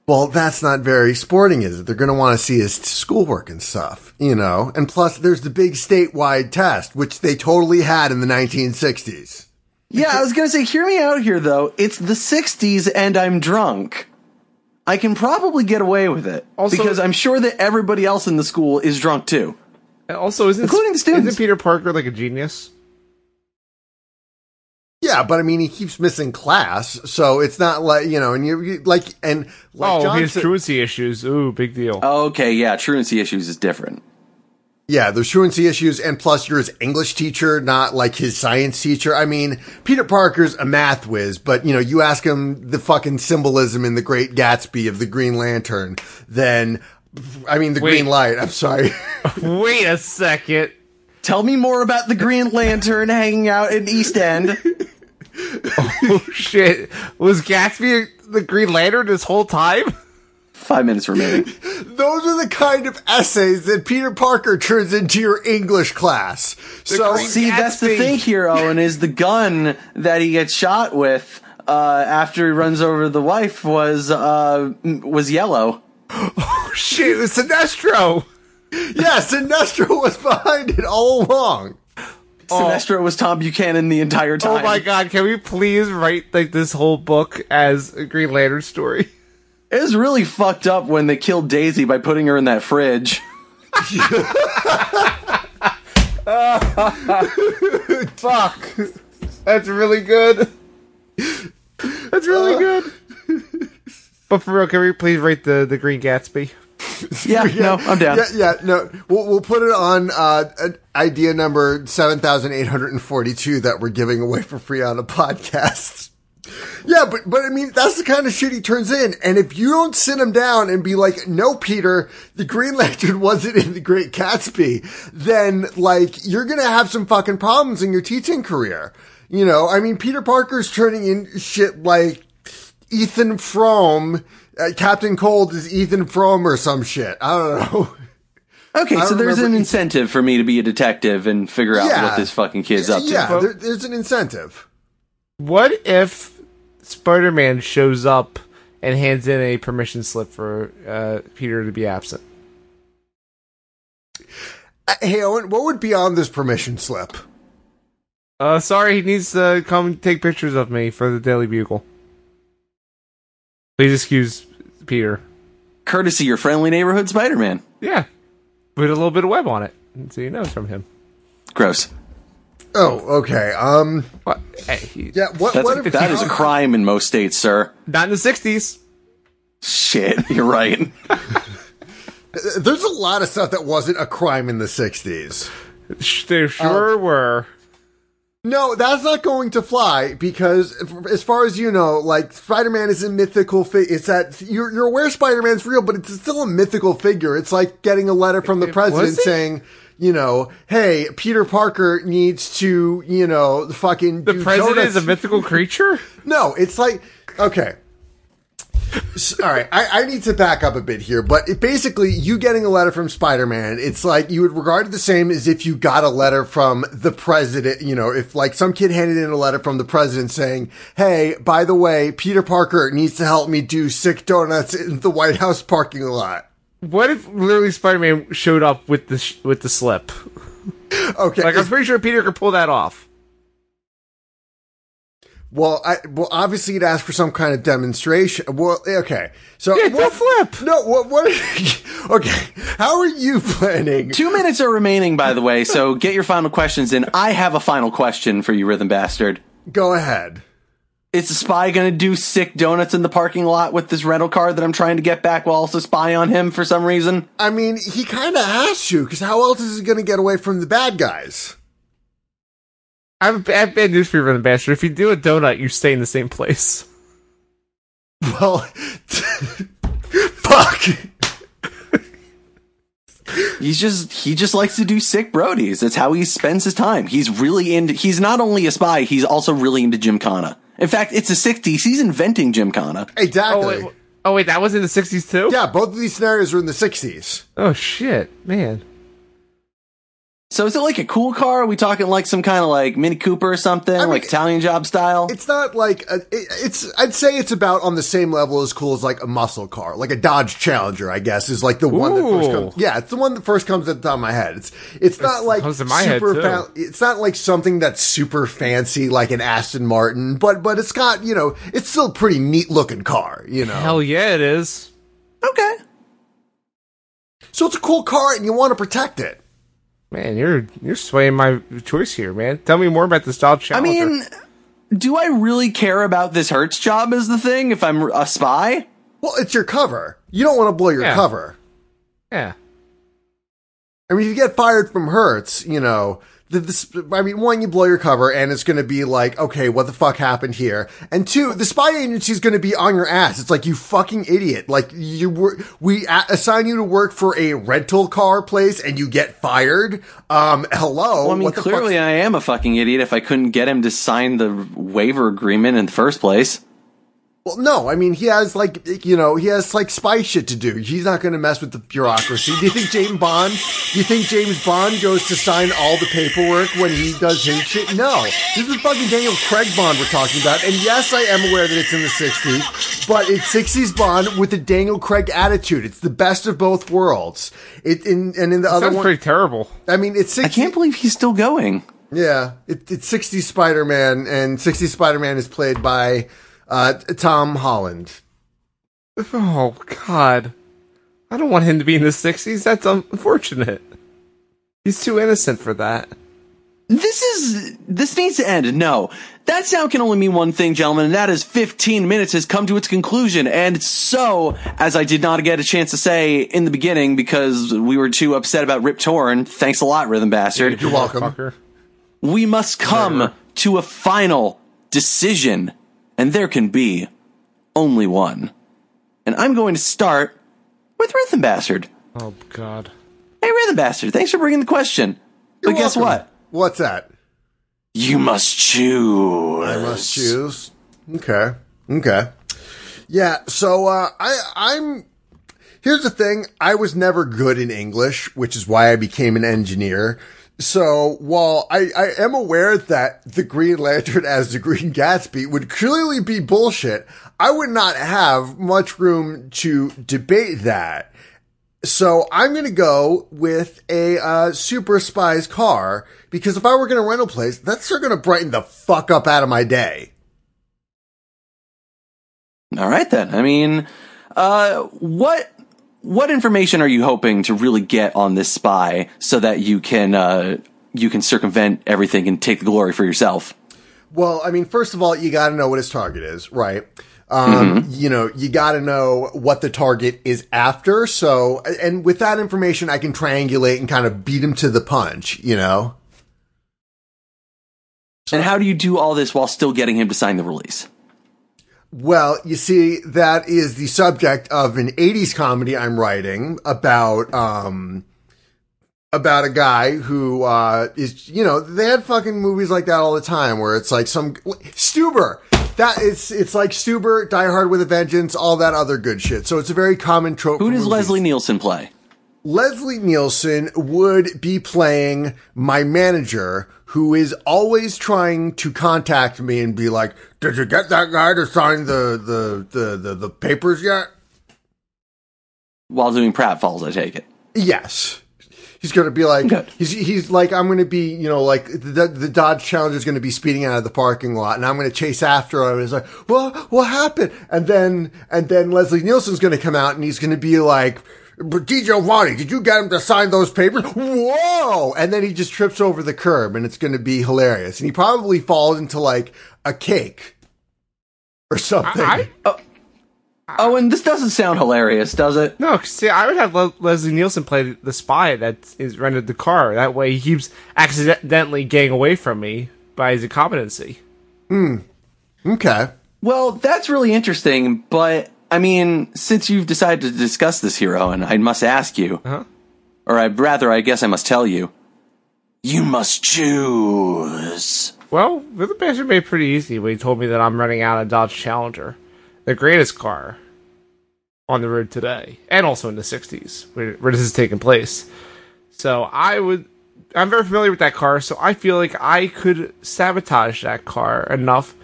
S5: Well, that's not very sporting, is it? They're going to want to see his schoolwork and stuff, you know? And plus, there's the big statewide test, which they totally had in the 1960s.
S2: Yeah, I was gonna say, hear me out here though. It's the '60s, and I'm drunk. I can probably get away with it
S4: Also-
S2: because I'm sure that everybody else in the school is drunk too.
S4: also isn't
S2: Including the students.
S4: Isn't Peter Parker like a genius?
S5: Yeah, but I mean, he keeps missing class, so it's not like, you know, and you, you like, and like
S4: oh,
S5: John
S4: his
S5: said-
S4: truancy issues. Ooh, big deal.
S2: Okay, yeah, truancy issues is different.
S5: Yeah, there's truancy issues, and plus you're his English teacher, not like his science teacher. I mean, Peter Parker's a math whiz, but you know, you ask him the fucking symbolism in the Great Gatsby of the Green Lantern, then, I mean, the
S4: Wait.
S5: Green Light. I'm sorry.
S4: Uh, Wait a second.
S2: Tell me more about the Green Lantern hanging out in East End.
S4: Oh shit! Was Gatsby the Green Lantern this whole time?
S2: Five minutes remaining.
S5: Those are the kind of essays that Peter Parker turns into your English class. so,
S4: Green-
S2: See, that's the
S4: Gatsby.
S2: thing here, Owen, is the gun that he gets shot with uh, after he runs over the wife was uh, m- was yellow.
S4: Oh shit! It was Sinestro.
S5: yeah, Sinestro was behind it all along.
S2: Sinestro was Tom Buchanan the entire time.
S4: Oh my god! Can we please write like this whole book as a Green Lantern story?
S2: It was really fucked up when they killed Daisy by putting her in that fridge.
S4: Fuck. That's really good. That's really good. But for real, can we please rate the, the Green Gatsby?
S2: Yeah, no, I'm down.
S5: Yeah, yeah, no. We'll, we'll put it on uh, an idea number 7,842 that we're giving away for free on a podcast. Yeah, but, but I mean, that's the kind of shit he turns in. And if you don't sit him down and be like, no, Peter, the Green Lantern wasn't in The Great Gatsby, then like, you're going to have some fucking problems in your teaching career. You know, I mean, Peter Parker's turning in shit like Ethan Frome. Uh, Captain Cold is Ethan Frome or some shit. I don't know.
S2: Okay, so there's an
S5: remember-
S2: incentive for me to be a detective and figure out
S5: Yeah.
S2: what this fucking kid's up to.
S5: Yeah, there, there's an incentive.
S4: What if Spider Man shows up and hands in a permission slip for uh, Peter to be absent?
S5: Uh, Hey, Owen, what would be on this permission slip?
S4: Uh, sorry, he needs to come take pictures of me for the Daily Bugle. Please excuse Peter.
S2: Courtesy your friendly neighborhood Spider-Man.
S4: Yeah. With a little bit of web on it. So you know it's from him.
S2: Gross.
S5: Oh, okay. Um,
S4: What? Hey, he-
S5: yeah. What?
S2: That's
S5: what
S2: a,
S5: if
S2: that is a crime in most states, sir.
S4: Not in the 60s.
S2: Shit, you're right.
S5: There's a lot of stuff that wasn't a crime in the '60s.
S4: Sh- There
S5: Oh.
S4: sure were.
S5: No, that's not going to fly because, f- as far as you know, like Spider-Man is a mythical figure. It's that you're, you're aware Spider-Man's real, but it's still a mythical figure. It's like getting a letter from the president
S4: was it?
S5: saying, you know, hey, Peter Parker needs to, you know, fucking
S4: The
S5: do
S4: president
S5: donuts
S4: is a mythical creature?
S5: No, it's like okay. S- All right, I, I need to back up a bit here, but it basically, you getting a letter from Spider Man, it's like you would regard it the same as if you got a letter from the president. You know, if like some kid handed in a letter from the president saying, "Hey, by the way, Peter Parker needs to help me do sick donuts in the White House parking lot."
S4: What if literally Spider Man showed up with the, sh- with the slip?
S5: Okay,
S4: Like, I'm pretty sure Peter could pull that off.
S5: Well, I well obviously you'd ask for some kind of demonstration. Well, eh, okay. So
S4: Yeah, do a flip.
S5: No, what? What? okay. How are you planning?
S2: Two minutes are remaining, by the way, so get your final questions in. I have a final question for you, Rhythm Bastard.
S5: Go ahead.
S2: Is the spy going to do sick donuts in the parking lot with this rental car that I'm trying to get back while also spy on him for some reason?
S5: I mean, he kind of has to, because how else is he going to get away from the bad guys?
S4: I have, I have bad news for you, Reverend Bastard. If you do a donut, you stay in the same place.
S5: Well, fuck.
S2: He's just he just likes to do sick brodies. That's how he spends his time. He's really into he's not only a spy, he's also really into Gymkhana. In fact, it's the 60s. He's inventing Gymkhana.
S5: Exactly.
S4: Oh wait, w- oh wait, that was in the '60s too.
S5: yeah, both of these scenarios are in the 60s.
S4: Oh shit, man.
S2: So is it like a cool car? Are we talking like some kind of like Mini Cooper or something?
S5: mean,
S2: like Italian job style?
S5: It's not like a, it, it's. I'd say it's about on the same level as cool as like a muscle car, like a Dodge Challenger. I guess is like the one that first
S4: Ooh.
S5: comes. Yeah, it's the one that first comes at the top of my head. It's it's not like
S4: comes to my head,
S5: super.
S4: too.
S5: fa- it's not like something that's super fancy like an Aston Martin, but but it's got you know it's still a pretty neat looking car. You know,
S4: Hell yeah, it is.
S2: Okay.
S5: so it's a cool car and you want to protect it.
S4: Man, you're you're swaying my choice here, man. Tell me more about the style
S2: I
S4: challenger.
S2: mean, do I really care about this Hertz job as the thing if I'm a spy?
S5: Well, it's your cover. You don't want to blow your
S4: Yeah.
S5: cover.
S4: yeah.
S5: I mean, if you get fired from Hertz, you know, the, this, I mean, one, you blow your cover and it's going to be like, okay, what the fuck happened here? And two, the spy agency is going to be on your ass. It's like, you fucking idiot. Like, you were, we a- assign you to work for a rental car place and you get fired. Um, hello.
S2: Well, I mean,
S5: what the fuck's-
S2: clearly I am a fucking idiot if I couldn't get him to sign the waiver agreement in the first place.
S5: Well, no, I mean, he has like, you know, he has like spy shit to do. He's not going to mess with the bureaucracy. do you think James Bond, do you think James Bond goes to sign all the paperwork when he does his shit? No. This is fucking Daniel Craig Bond we're talking about. And yes, I am aware that it's in the 60s, but it's 60s Bond with the Daniel Craig attitude. It's the best of both worlds. It, in, and in the other
S4: Sounds
S5: one,
S4: pretty terrible.
S5: I mean, it's 60s.
S2: I can't believe he's still going.
S5: Yeah, it, it's 60 Spider Man, and 60 Spider Man is played by uh, Tom Holland.
S4: Oh God, I don't want him to be in the '60s. That's unfortunate. He's too innocent for that.
S2: This is this needs to end. No, that sound can only mean one thing, gentlemen, and that is 15 minutes has come to its conclusion. And so, as I did not get a chance to say in the beginning because we were too upset about Rip Torn, thanks a lot, Rhythm Bastard.
S5: You're welcome.
S4: Fucker.
S2: We must come to a final decision, and there can be only one. And I'm going to start with Rhythm Bastard.
S4: Oh God.
S2: Hey, Rhythm Bastard, thanks for bringing the question. But
S5: You're
S2: guess
S5: welcome.
S2: what?
S5: What's that?
S2: You must choose.
S5: I must choose. Okay. Okay. Yeah, so uh I I'm here's the thing, I was never good in English, which is why I became an engineer. So while I, I am aware that the Green Lantern as the Green Gatsby would clearly be bullshit, I would not have much room to debate that. So I'm going to go with a uh, super spy's car because if I were going to rent a place, that's sure going to brighten the fuck up out of my day.
S2: All right then. I mean, uh, what what information are you hoping to really get on this spy so that you can uh, you can circumvent everything and take the glory for yourself?
S5: Well, I mean, first of all, you got to know what his target is, right? Um, you know, you got to know what the target is after. So, and with that information, I can triangulate and kind of beat him to the punch, you know?
S2: And how do you do all this while still getting him to sign the release?
S5: Well, you see, that is the subject of an 80s comedy I'm writing about, um, about a guy who, uh, is, you know, they had fucking movies like that all the time where it's like some, Stuber! That is, it's like Stuber, Die Hard with a Vengeance, all that other good shit. So it's a very common trope.
S2: Who
S5: for
S2: does
S5: movies.
S2: Leslie Nielsen play?
S5: Leslie Nielsen would be playing my manager who is always trying to contact me and be like, "Did you get that guy to sign the the the the, the papers yet?"
S2: While doing Pratfalls, I take it.
S5: Yes. He's going to be like
S2: Good.
S5: he's he's like I'm going to be, you know, like the the Dodge Challenger is going to be speeding out of the parking lot and I'm going to chase after him and it's like, "Well, what happened?" And then and then Leslie Nielsen's going to come out and he's going to be like but Giovanni, did you get him to sign those papers? Whoa! And then he just trips over the curb and it's going to be hilarious. And he probably falls into like a cake. or something.
S4: I,
S2: Owen, Oh, this doesn't sound hilarious, does it?
S4: No, 'cause see, I would have Le- Leslie Nielsen play the spy that is rented the car. That way, he keeps accidentally getting away from me by his incompetency.
S5: okay.
S2: Well, that's really interesting, but I mean, since you've decided to discuss this here, Owen, I must ask you. Or I rather, I guess I must tell you. You must choose.
S4: Well, the Bastard made it pretty easy when he told me that I'm running out of Dodge Challenger, the greatest car on the road today, and also in the '60s, where, where this is taking place. So I would, I'm very familiar with that car, so I feel like I could sabotage that car enough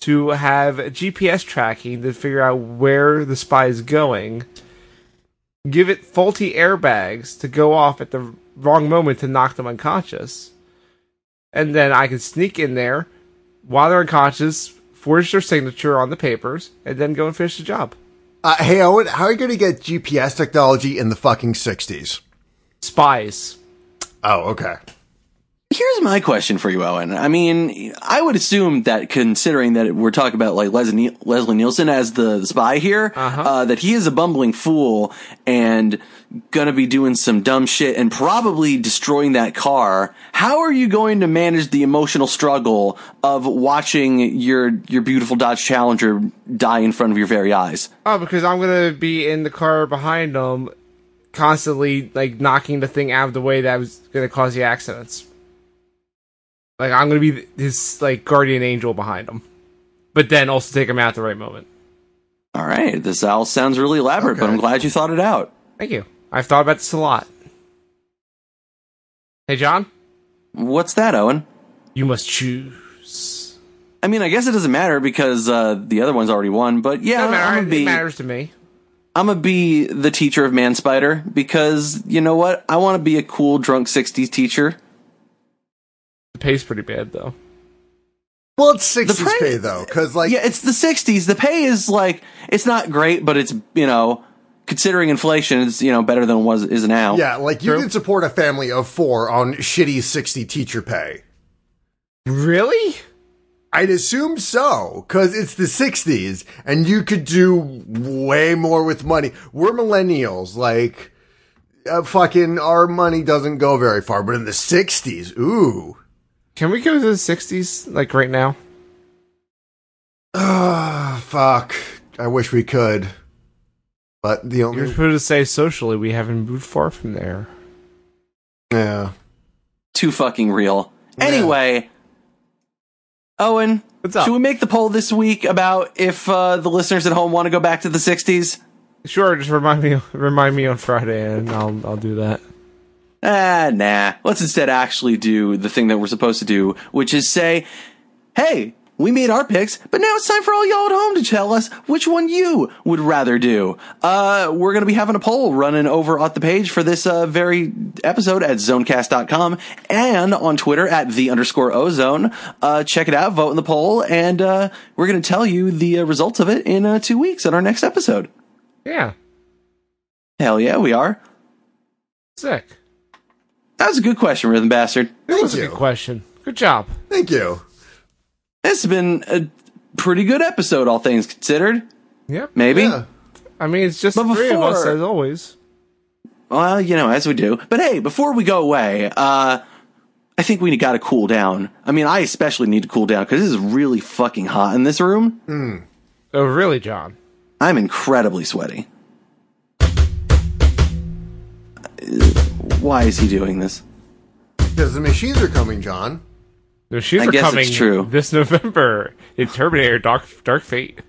S4: to have GPS tracking to figure out where the spy is going. Give it faulty airbags to go off at the wrong moment to knock them unconscious and then I can sneak in there while they're unconscious, forge their signature on the papers, and then go and finish the job.
S5: Uh, hey Owen, how are you going to get GPS technology in the fucking sixties?
S4: Spies.
S5: Oh, okay.
S2: Here's my question for you, Owen. I mean, I would assume that considering that we're talking about like Leslie, Leslie Nielsen as the spy here, uh that he is a bumbling fool and gonna be doing some dumb shit and probably destroying that car. How are you going to manage the emotional struggle of watching your, your beautiful Dodge Challenger die in front of your very eyes?
S4: Oh, because I'm gonna be in the car behind them, constantly like knocking the thing out of the way that was gonna cause the accidents. Like I'm gonna be his like guardian angel behind him, but then also take him out at the right moment.
S2: All right. This all sounds really elaborate, but I'm glad you thought it out.
S4: Thank you. I've thought about this a lot. Hey, John,
S2: What's that, Owen?
S4: you must choose.
S2: I mean, I guess it doesn't matter because uh, the other one's already won. But yeah,
S4: Doesn't matter.
S2: I'm gonna
S4: It
S2: be
S4: matters to me.
S2: I'm gonna be the teacher of Man Spider because you know what? I want to be a cool drunk '60s teacher.
S4: The pay's pretty bad though.
S5: Well, it's sixties
S2: price-
S5: pay though, because like
S2: Yeah, it's the '60s. The pay is like it's not great, but it's you know considering inflation, it's you know better than it was is now.
S5: yeah, like you can support a family of four on shitty sixty teacher pay.
S4: Really?
S5: I'd assume so, because it's the 60s and you could do way more with money. We're millennials, like, uh, fucking, our money doesn't go very far, but in the 60s, ooh.
S4: Can we go to the sixties like right now?
S5: Ah, fuck. I wish we could. But the
S4: You're
S5: only.
S4: supposed to say socially we haven't moved far from there.
S5: Yeah.
S2: Too fucking real. Anyway, Owen,
S4: What's up?
S2: should we make the poll this week about if uh, the listeners at home want to go back to the '60s?
S4: Sure, just remind me remind me on Friday and I'll I'll do that.
S2: ah, nah. Let's instead actually do the thing that we're supposed to do, which is say, hey, we made our picks, but now it's time for all y'all at home to tell us which one you would rather do. Uh, we're going to be having a poll running over at the page for this uh, very episode at zonecast.com and on Twitter at the underscore ozone. Uh, check it out, vote in the poll, and uh, we're going to tell you the uh, results of it in uh, two weeks on our next episode.
S4: Yeah.
S2: Hell yeah, we are.
S4: Sick.
S2: That was a good question, Rhythm Bastard.
S4: That was a
S5: you.
S4: good question. Good job.
S5: Thank you.
S2: This has been a pretty good episode, all things considered.
S4: Yep.
S2: Maybe.
S5: Yeah.
S4: I mean it's just
S2: But
S4: the three of us
S2: before-
S4: as always.
S2: Well, you know, as we do. But hey, before we go away, uh, I think we got to cool down. I mean, I especially need to cool down because this is really fucking hot in this room.
S4: Oh really, John?
S2: I'm incredibly sweaty. Uh, Why is he doing this?
S5: Because the machines are coming, John.
S4: The shoes
S2: I
S4: are
S2: guess it's
S4: coming
S2: true.
S4: this November in Terminator Dark Dark Fate.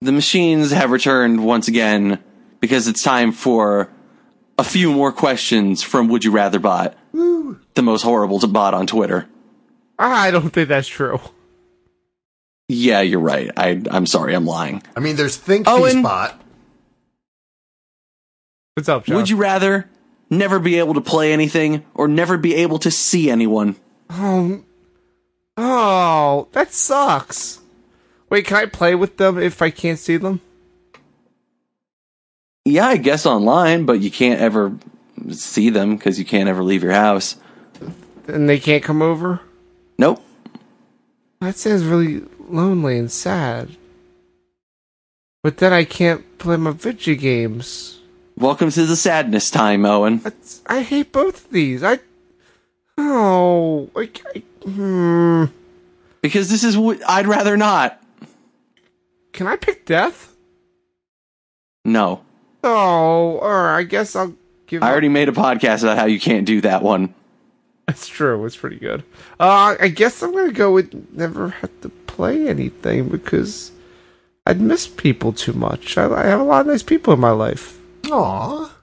S2: The machines have returned once again because it's time for a few more questions from Would You Rather Bot, the most horrible bot on Twitter.
S4: I don't think that's true.
S2: Yeah, you're right. I, I'm sorry, I'm lying.
S5: I mean, there's Think
S2: Owen.
S5: Spot.
S4: What's up, John?
S2: Would you rather never be able to play anything or never be able to see anyone?
S4: Um. Oh, that sucks. Wait, can I play with them if I can't see them?
S2: Yeah, I guess online, but you can't ever see them because you can't ever leave your house.
S4: And they can't come over?
S2: Nope.
S4: That sounds really lonely and sad. But then I can't play my video games.
S2: Welcome to the sadness time, Owen.
S4: That's, I hate both of these. I oh, I, I, hmm.
S2: Because this is what I'd rather not.
S4: can I pick death?
S2: No.
S4: Oh, or I guess I'll give.
S2: I already made a podcast about how you can't do that one.
S4: That's true. It's pretty good. Uh, I guess I'm gonna go with never have to play anything because I'd miss people too much. I, I have a lot of nice people in my life.
S5: Aw.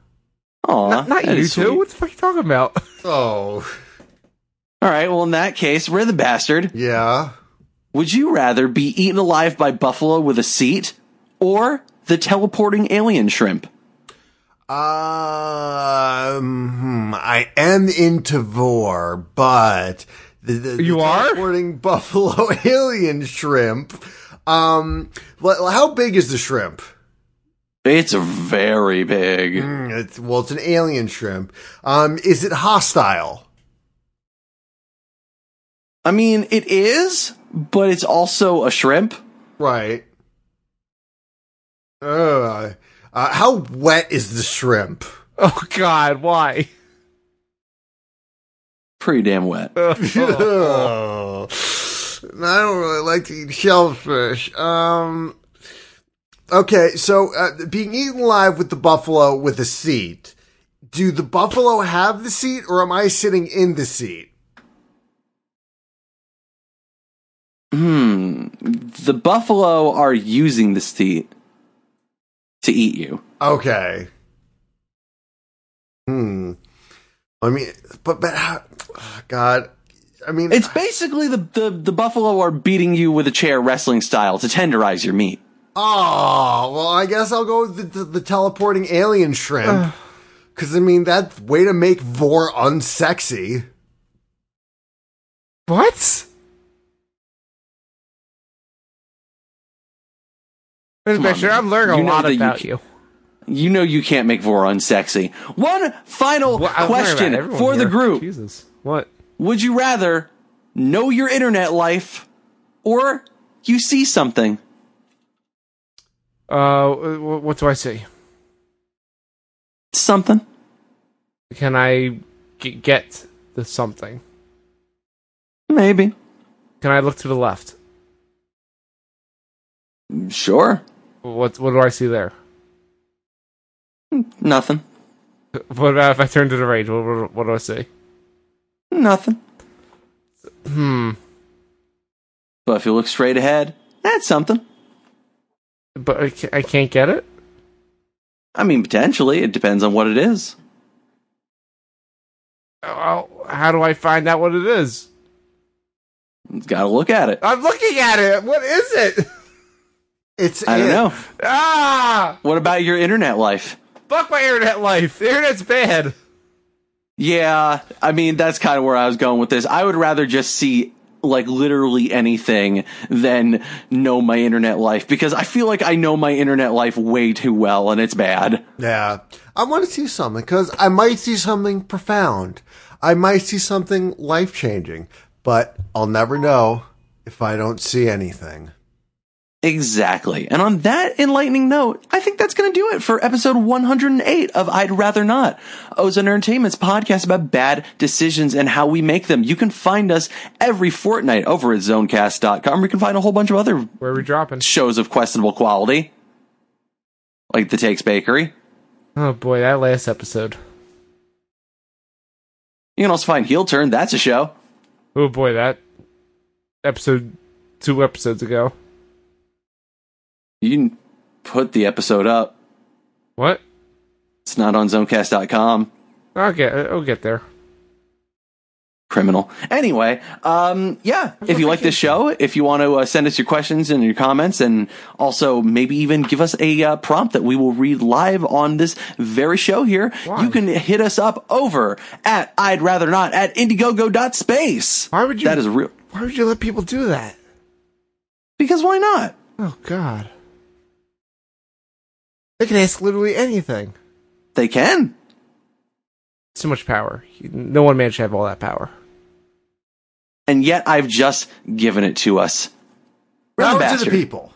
S2: Aw,
S4: not not
S2: that
S4: you
S2: is
S4: two.
S2: sweet.
S4: What the fuck are you talking about?
S5: Oh.
S2: All right, well, in that case, we're the bastard.
S5: Yeah.
S2: Would you rather be eaten alive by buffalo with a seat or the teleporting alien shrimp?
S5: Um, hmm, I am into Vor, but the, the, the
S4: You are?
S5: teleporting buffalo alien shrimp. Um, well, how big is the shrimp?
S2: It's very big.
S5: Mm, It's, well, it's an alien shrimp. Um, is it hostile?
S2: I mean, it is, but it's also a shrimp.
S5: Right. Uh, uh, how wet is the shrimp?
S4: Oh God, why?
S2: Pretty damn wet.
S5: Ugh. I don't really like to eat shellfish. Um, okay, so uh, being eaten alive with the buffalo with a seat. Do the buffalo have the seat, or am I sitting in the seat?
S2: Hmm. The buffalo are using the seat to eat you.
S5: Okay. Hmm. I mean, but but how, ah, God, I mean,
S2: It's basically the, the, the buffalo are beating you with a chair wrestling style to tenderize your meat.
S5: Oh, well, I guess I'll go with the, the, the teleporting alien shrimp. Because, I mean, that's way to make Vor unsexy.
S4: What? Miss
S2: Come on,
S4: Baxter,
S2: man.
S4: I'm learning a
S2: You know
S4: lot
S2: that you
S4: about
S2: ca-
S4: you.
S2: You know you can't make Vor unsexy. One final
S4: Well, I'm learning about
S2: question
S4: everyone
S2: for the
S4: here.
S2: group.
S4: Jesus, what?
S2: Would you rather know your internet life or you see something?
S4: Uh, wh- what do I see?
S2: Something.
S4: Can I g- get the something?
S2: Maybe.
S4: Can I look to the left?
S2: Sure.
S4: What What do I see there?
S2: Nothing.
S4: What about if I turn to the right? What, what, what do I see?
S2: Nothing.
S4: Hmm.
S2: But if you look straight ahead, that's something.
S4: But I, ca- I can't get it.
S2: I mean, potentially. It depends on what it is.
S4: Oh, how do I find out what it is?
S2: Gotta look at it.
S4: I'm looking at it. What is it?
S5: It's
S2: I don't
S5: it.
S2: know.
S4: Ah!
S2: What about your internet life?
S4: Fuck my internet life. The internet's bad.
S2: Yeah, I mean, that's kind of where I was going with this. I would rather just see like literally anything than know my internet life because I feel like I know my internet life way too well and it's bad.
S5: Yeah. I want to see something because I might see something profound. I might see something life changing, but I'll never know if I don't see anything.
S2: Exactly. And on that enlightening note, I think that's going to do it for episode 108 of I'd Rather Not, Ozone Entertainment's podcast about bad decisions and how we make them. You can find us every fortnight over at zonecast.com. You can find a whole bunch of other
S4: Where are we dropping?
S2: shows of questionable quality, like The Takes Bakery.
S4: Oh boy, that last episode.
S2: You can also find Heel Turn. That's a show.
S4: Oh boy, that episode two episodes ago.
S2: You can put the episode up.
S4: What?
S2: It's not on zonecast.com.
S4: I'll get. I'll get there.
S2: criminal. Anyway, um, yeah, if you like this show, if you want to uh, send us your questions and your comments, and also maybe even give us a uh, prompt that we will read live on this very show here, you can hit us up over at I'd rather not at indiegogo.space.
S4: Why would you-
S2: That is real.
S4: Why would you let people do that?
S2: Because why not?
S4: Oh God. They can ask literally anything.
S2: They can.
S4: It's too much power. You- No one man should have all that power.
S2: and yet I've just given it to us.
S5: Round to
S2: Rhythm
S5: the
S2: Bastard,
S5: people.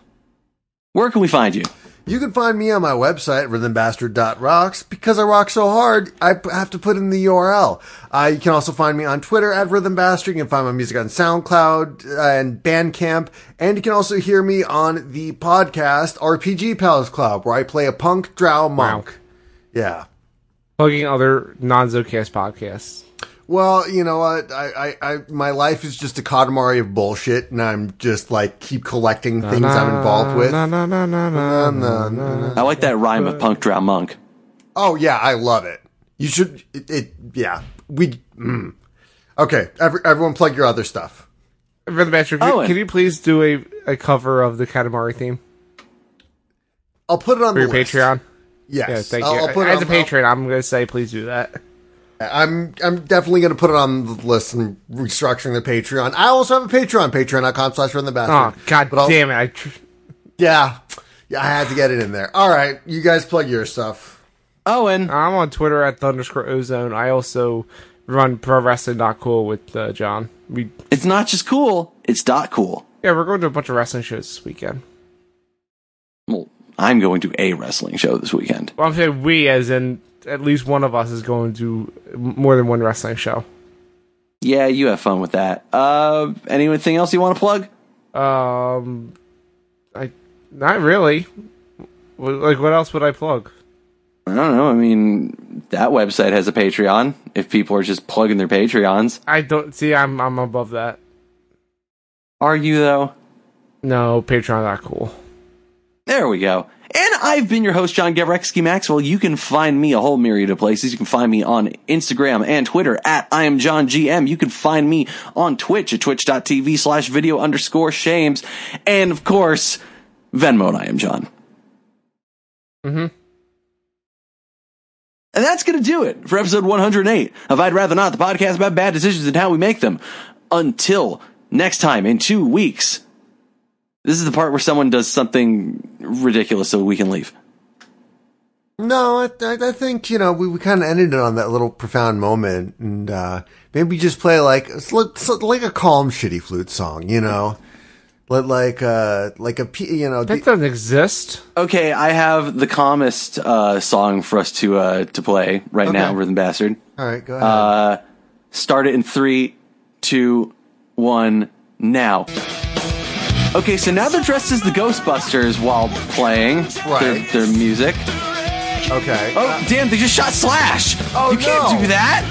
S2: where can we find you?
S5: You can find me on my website, rhythmbastard.rocks. Because I rock so hard, I p- have to put in the URL. Uh, you can also find me on Twitter at rhythmbastard. You can find my music on SoundCloud uh, and Bandcamp. And you can also hear me on the podcast RPG Pals Club, where I play a punk drow monk. Yeah.
S4: Plugging other non Zocast podcasts.
S5: Well, you know what? I, I, I, my life is just a catamaran of bullshit, and I'm just like keep collecting things I'm involved with.
S4: Na, na, na, na, na, na, na.
S2: I like that rhyme of punk drow monk.
S5: Oh yeah, I love it. You should. It. it yeah, we. Mm. Okay, every, everyone, plug your other stuff.
S4: For the Bachelor, can,
S2: Owen.
S4: can you please do a, a cover of the Katamari theme
S5: I'll put it on
S4: for
S5: the
S4: your
S5: list.
S4: Patreon?
S5: Yes,
S4: Yeah, thank
S5: I'll,
S4: you.
S5: I'll put
S4: As
S5: it
S4: a
S5: on, I'll-
S4: patron, I'm going to say please do that.
S5: I'm I'm definitely going to put it on the list and restructuring the Patreon. I also have a Patreon, patreon.com slash run the
S4: Oh,
S5: bastard.
S4: god
S5: But I'll-
S4: damn it. I tr-
S5: Yeah, yeah, I had to get it in there. All right, you guys plug your stuff.
S2: Owen,
S4: I'm on Twitter at underscore ozone. I also run pro wrestling not cool with uh, John. We
S2: it's not just cool, it's dot cool.
S4: yeah, we're going to a bunch of wrestling shows this weekend.
S2: Well, I'm going to a wrestling show this weekend.
S4: Well, I'm saying we, as in at least one of us is going to more than one wrestling show.
S2: Yeah, you have fun with that. Uh, anything else you want to plug?
S4: Um, I not really. Well, Like, what else would I plug?
S2: I don't know. I mean, that website has a Patreon. If people are just plugging their Patreons,
S4: I don't see. I'm I'm above that.
S2: are you though?
S4: No, Patreon not cool.
S2: There we go. And I've been your host, John Gavreksky Maxwell. You can find me a whole myriad of places. You can find me on Instagram and Twitter at I am John GM. You can find me on Twitch at twitch.tv slash video underscore shames. And of course, Venmo and I am John.
S4: Mhm.
S2: And that's going to do it for episode 108 of I'd Rather Not, the podcast about bad decisions and how we make them. Until next time in two weeks. This is the part where someone does something ridiculous so we can leave.
S5: No, I, I, I think you know we, we kind of ended it on that little profound moment, and uh, maybe just play like it's li- it's like a calm shitty flute song, you know, Let like uh like a p- you know
S4: That
S5: the,
S4: doesn't exist.
S2: Okay, I have the calmest uh, song for us to uh, to play right now, Rhythm Bastard.
S5: all right, go ahead.
S2: Uh, Start it in three, two, one, now. Okay, so now they're dressed as the Ghostbusters while playing their,
S5: Right.
S2: their music.
S5: okay,
S2: Oh, damn, they just shot Slash!
S5: Oh,
S2: you can't
S5: no.
S2: do that!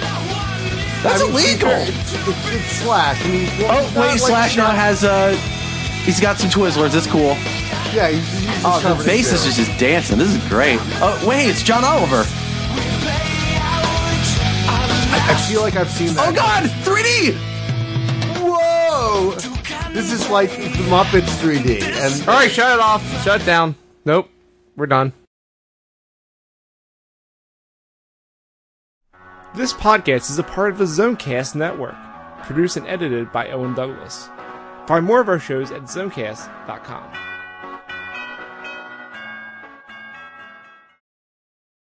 S2: That's
S5: I mean,
S2: illegal!
S5: It's, it's, it's Slash. I mean, he's-
S2: Oh,
S5: he's not
S2: wait,
S5: like-
S2: Slash now has, uh, he's got some Twizzlers, that's cool.
S5: Yeah, he's, he's just
S2: Oh,
S5: covered
S2: the
S5: in
S2: bass is
S5: goo.
S2: just, just dancing. This is great. Oh, wait, it's John Oliver.
S5: I feel like I've seen
S2: Oh,
S5: that.
S2: God, 3D!
S5: Whoa! This is like the Muppets 3D, and
S4: All right, shut it off. Shut it down. Nope, we're done. This podcast is a part of the Zonecast network, produced and edited by Owen Douglas. Find more of our shows at zonecast.com.